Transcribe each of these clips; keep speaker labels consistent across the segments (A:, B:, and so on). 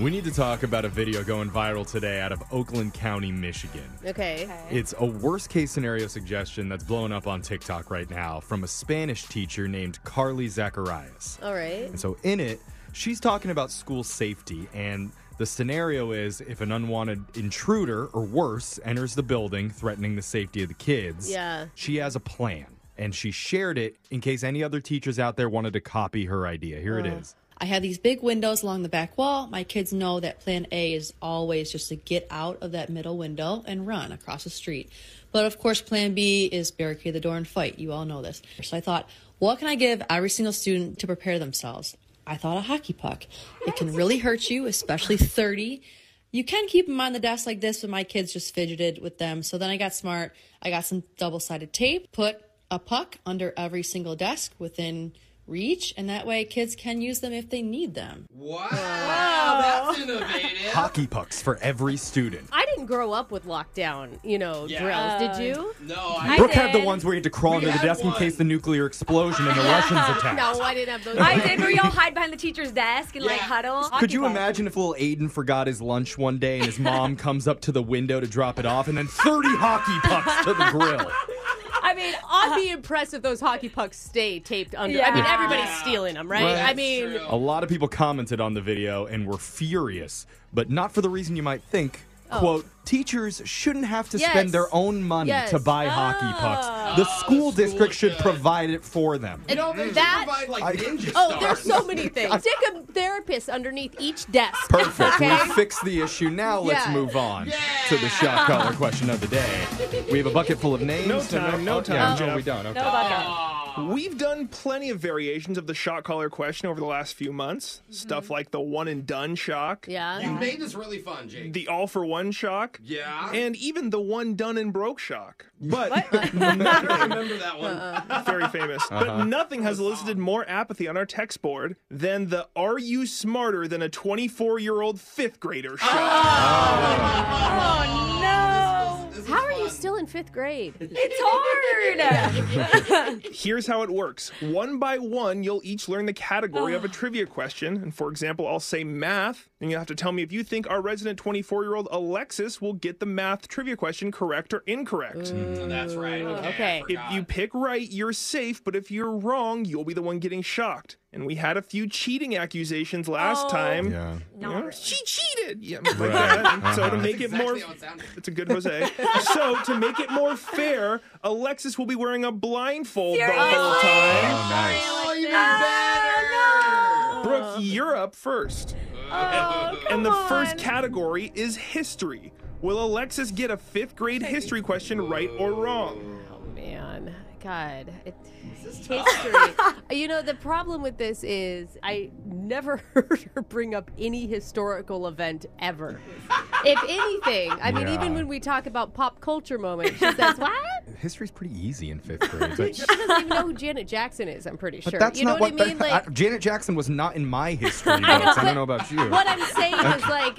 A: We need to talk about a video going viral today out of Oakland County, Michigan.
B: Okay.
A: It's a worst case scenario suggestion that's blowing up on TikTok right now from a Spanish teacher named Carly Zacharias.
B: All right.
A: And so in it, she's talking about school safety and the scenario is if an unwanted intruder or worse enters the building threatening the safety of the kids.
B: Yeah.
A: She has a plan and she shared it in case any other teachers out there wanted to copy her idea. Here it is.
C: I have these big windows along the back wall. My kids know that plan A is always just to get out of that middle window and run across the street. But of course, plan B is barricade the door and fight. You all know this. So I thought, what can I give every single student to prepare themselves? I thought a hockey puck. It can really hurt you, especially 30. You can keep them on the desk like this, but my kids just fidgeted with them. So then I got smart. I got some double sided tape, put a puck under every single desk within reach, and that way kids can use them if they need them.
D: Wow, that's innovative.
A: Hockey pucks for every student.
B: I didn't grow up with lockdown, you know,
D: Yeah.
B: drills. Did you?
D: No, I,
A: Brooke had the
E: did.
A: ones where you had to crawl under the
D: had
A: desk in
D: one.
A: case the nuclear explosion and the Russians attacked.
B: No, I didn't have those.
E: I did where you all hide behind the teacher's desk and like
D: Yeah.
E: huddle.
A: Could you imagine if little Aiden forgot his lunch one day and his mom comes up to the window to drop it off and then 30 hockey pucks to the grill?
B: I mean, I'd be impressed if those hockey pucks stay taped under. I mean,
E: Yeah.
B: everybody's stealing them, right?
A: Right.
B: I mean,
D: That's true.
A: A lot of people commented on the video and were furious, but not for the reason you might think.
D: Oh.
A: Quote, teachers shouldn't have to
B: Yes.
A: spend their own money
B: Yes.
A: to buy hockey pucks. The
D: Oh,
A: school
D: the
A: district
D: school
A: should
D: should.
A: provide it for them.
B: and
D: they should
B: that.
D: provide like ninja
B: Oh, there's
D: stars.
B: so many things. Stick a therapist underneath each desk.
A: Perfect.
B: Okay.
A: We fixed the issue. Now let's
B: Yeah.
A: move on to the shot collar question of the day. We have a bucket full of names.
F: No
A: and
F: time, no
A: oh,
F: time,
A: yeah, No,
F: Jeff.
A: we don't. Okay.
E: No bucket.
F: We've done plenty of variations of the shot caller question over the last few months. Stuff like the one and done shock,
D: You
B: Yeah.
D: made this really fun, Jake.
F: the all for one shock,
D: yeah.
F: and even the one done and broke shock. But
D: I don't remember that one.
B: Uh-uh.
F: very famous. But nothing has elicited more apathy on our text board than the "Are you smarter than a 24-year-old fifth grader?" shock.
B: How are you still in fifth grade?
E: oh, It's hard.
F: Here's how it works. One by one, you'll each learn the category of a trivia question. And for example, I'll say math, and you'll have to tell me if you think our resident 24 year old Alexis will get the math trivia question correct or incorrect.
D: Oh, That's right. Okay.
B: Uh-uh. Okay.
F: If you pick right, you're safe, but if you're wrong, you'll be the one getting shocked. And we had a few cheating accusations last
E: Oh.
F: time.
A: Yeah.
F: Yeah,
E: No.
F: She cheated. Yeah, like
A: Right.
F: that. So to
A: Uh-huh.
F: make it more,
D: Exactly how it sounded.
F: it's a good Jose. so to make it more fair, Alexis will be wearing a blindfold the whole
E: Seriously?
F: time.
A: Oh, nice.
D: Oh, even better.
B: Oh.
F: Brooke, you're up first. and the first category is history. Will Alexis get a fifth grade history question right or wrong?
B: Oh man, God, it, history. you know the problem with this is I never heard her bring up any historical event ever. if anything, I mean,
A: Yeah.
B: even when we talk about pop culture moments, she says, "What?
A: History's pretty easy in fifth grade. But,
B: She doesn't even know who Janet Jackson is." I'm pretty
A: but
B: sure.
A: that's
B: you know
A: not
B: what,
A: what
B: I mean?
A: the-
B: like
A: I- Janet Jackson was not in my history books. I don't know about you.
B: what I'm saying is like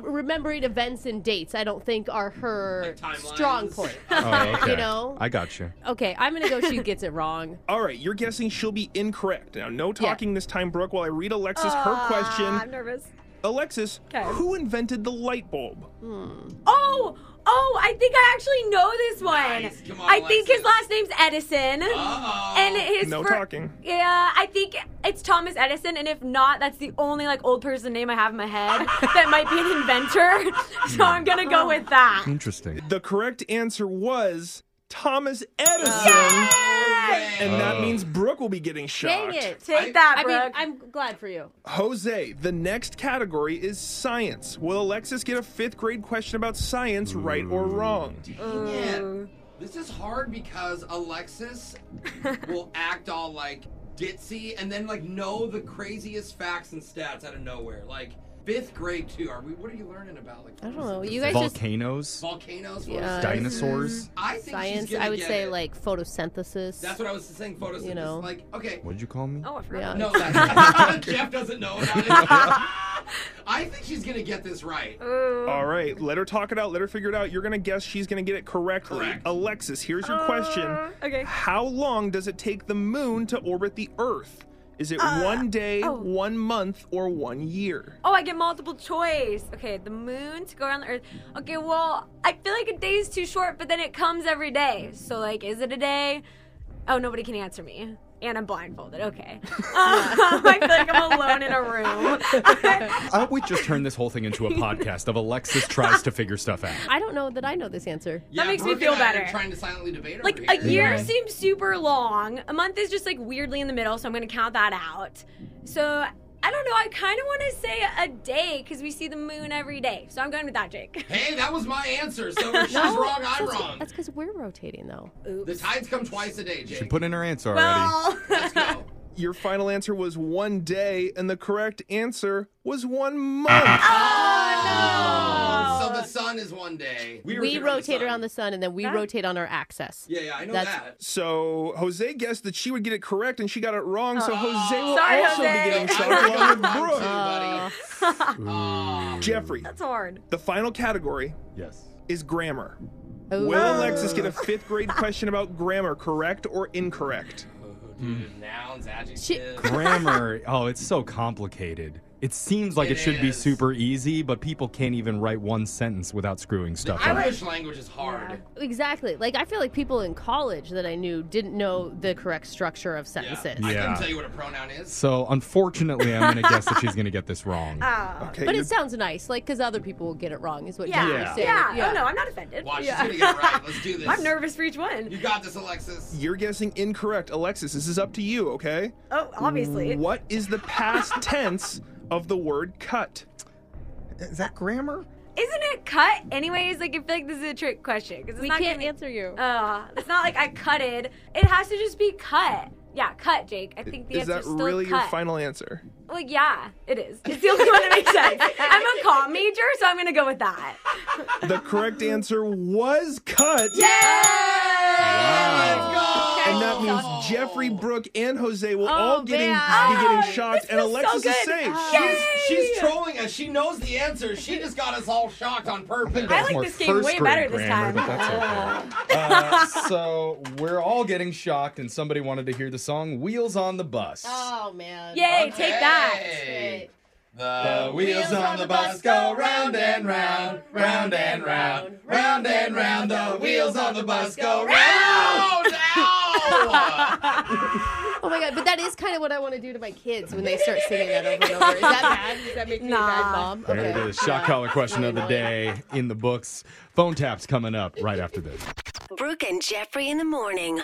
B: remembering events and dates. I don't think are her
D: Like timelines.
B: strong point.
A: Oh, okay.
B: You know?
A: I got you.
B: Okay, I'm gonna go. She gets it wrong.
F: All right, you're guessing she'll be incorrect. Now, no talking this time, Brooke, while I read Alexis her
E: I'm
F: question.
E: nervous.
F: Alexis,
E: Okay.
F: who invented the light bulb?
E: Oh, oh, I think I actually know this one.
D: Nice. Come on,
E: I think
D: Alexis.
E: his
D: Oh.
E: last name's Edison.
D: Uh-oh.
E: And his
F: No
E: fir-
F: talking.
E: Yeah, I think it's Thomas Edison, and if not, that's the only like old person name I have in my head that might be an inventor. so I'm gonna go with that.
A: Interesting.
F: The correct answer was Thomas Edison.
E: Yay!
F: And that means Brooke will be getting shocked.
B: Dang it!
E: Take
D: I-
E: that,
B: I
E: Brooke.
B: mean, I'm glad for you.
F: Jose, the next category is science. Will Alexis get a fifth grade question about science, right or wrong?
D: Dang it. This is hard because Alexis will act all like ditzy and then like know the craziest facts and stats out of nowhere. Like fifth grade too. Are we? What are you learning about? Like
B: I don't know. You guys just
A: Volcanoes,
D: volcanoes.
B: Yeah.
D: photosynthesis?
A: dinosaurs.
D: I think She's
B: science.
D: gonna
B: I would
D: get
B: say
D: it.
B: like photosynthesis.
D: That's what I was saying. Photosynthesis.
B: You know.
D: Like okay.
A: What did you call me?
E: oh, I forgot.
B: Yeah.
D: No, that's, Jeff doesn't know about it. I think she's gonna get this right.
B: Uh,
F: All right, let her talk it out, let her figure it out. You're going to guess she's going to get it correctly.
D: Correct.
F: Alexis, here's your question
E: okay.
F: How long does it take the moon to orbit the Earth? Is it one day,
E: oh.
F: one month, or one year?
E: Oh, I get multiple choice. Okay, the moon to go around the earth. Okay, well, I feel like a day is too short, but then it comes every day. So, like, is it a day? Oh, nobody can answer me. And I'm blindfolded. Okay. Um, I feel like I'm alone in a room.
A: I hope we just turned this whole thing into a podcast of Alexis tries to figure stuff out.
B: I don't know that I know this answer.
D: Yeah,
E: makes me
D: Brooke
E: feel
D: and I are
E: better.
D: Trying to silently debate her
E: like,
D: over
E: a
D: here.
E: year
C: Yeah.
E: seems super long. A month is just, like, weirdly in the middle, so I'm going to count that out. So, I don't know. I kind of want to say a day because we see the moon every day. So, I'm going with that, Jake.
D: Hey, that was my answer. So if she's wrong, I'm wrong.
B: That's because we're rotating, though.
D: The tides come twice a day, Jake.
A: She put in her answer already.
E: Well.
D: Let's go.
F: Your final answer was one day, and the correct answer was one month.
D: So the sun is one day.
B: We rotate around the sun, and then we
E: That-
B: rotate on our axis.
D: Yeah, yeah, I know
B: That's-
D: that.
F: So Jose guessed that she would get it correct, and she got it wrong. So Jose will
E: Oh, Sorry,
F: also
E: Jose. Oh.
F: be getting
D: I'm
F: stuck
D: going
F: along with
D: with one too,
F: Brooke.
D: buddy.
F: Jeffrey,
E: That's hard.
F: the final category
A: Yes.
F: is grammar.
B: Oh.
F: Will Alexis get a fifth grade question about grammar, correct or incorrect?
B: Oh.
D: Dude, nouns, adjectives.
A: Grammar, oh, it's so complicated. It seems like it,
D: It
A: should be
D: is.
A: super easy, but people can't even write one sentence without screwing stuff up.
D: Irish language is hard.
B: Exactly. Like, I feel like people in college that I knew didn't know the correct structure of sentences.
D: I
A: Yeah.
D: couldn't tell you what a pronoun is.
A: So, unfortunately, I'm going to guess that she's going to get this wrong.
F: Okay,
B: But
F: you're-
B: it sounds nice, like, because other people will get it wrong, is what
E: Yeah.
B: Jeffrey
E: Yeah.
B: said.
E: Oh no, I'm not offended.
D: Watch,
E: Yeah.
D: she's gonna get it right. Let's do this.
E: I'm nervous for each one.
D: You got this, Alexis.
F: you're guessing incorrect, Alexis. This is up to you. Okay.
E: Oh, obviously.
F: What is the past tense of the word cut?
A: Is that grammar?
E: Isn't it cut? Anyways, like I feel like this is a trick question because
B: We
E: not
B: can't
E: gonna-
B: answer you.
E: Uh, it's not like I cutted. It has to just be cut. Yeah, cut, Jake. I think the
F: Is that
E: answer's still
F: really
E: cut.
F: your final answer?
E: Well, yeah, it is. It's the only one that makes sense. I'm a comp major, so I'm gonna go with that.
F: The correct answer was cut. And that means Jeffrey, Brooke, and Jose will all getting be getting shocked, and Alexis
E: good.
F: is safe.
E: Yay!
D: She's trolling us. She knows the answer. She just got us all shocked on purpose.
E: I like this game way better this time. Oh.
A: uh, so we're all getting shocked, and somebody wanted to hear the song "Wheels on the Bus."
B: Oh, man.
E: Yay, take that.
D: Hey. The Uh, wheels on the bus go round and round, round and round, round and round. The wheels on the bus go round. Ow!
B: Oh, my God. But that is kind of what I want to do to my kids when they start singing that over and over. Is that bad? Does that make me a bad
E: Nah.
B: mom?
A: There it is. Shock collar question of the day in the books. Phone taps coming up right after this.
G: Brooke and Jeffrey in the morning.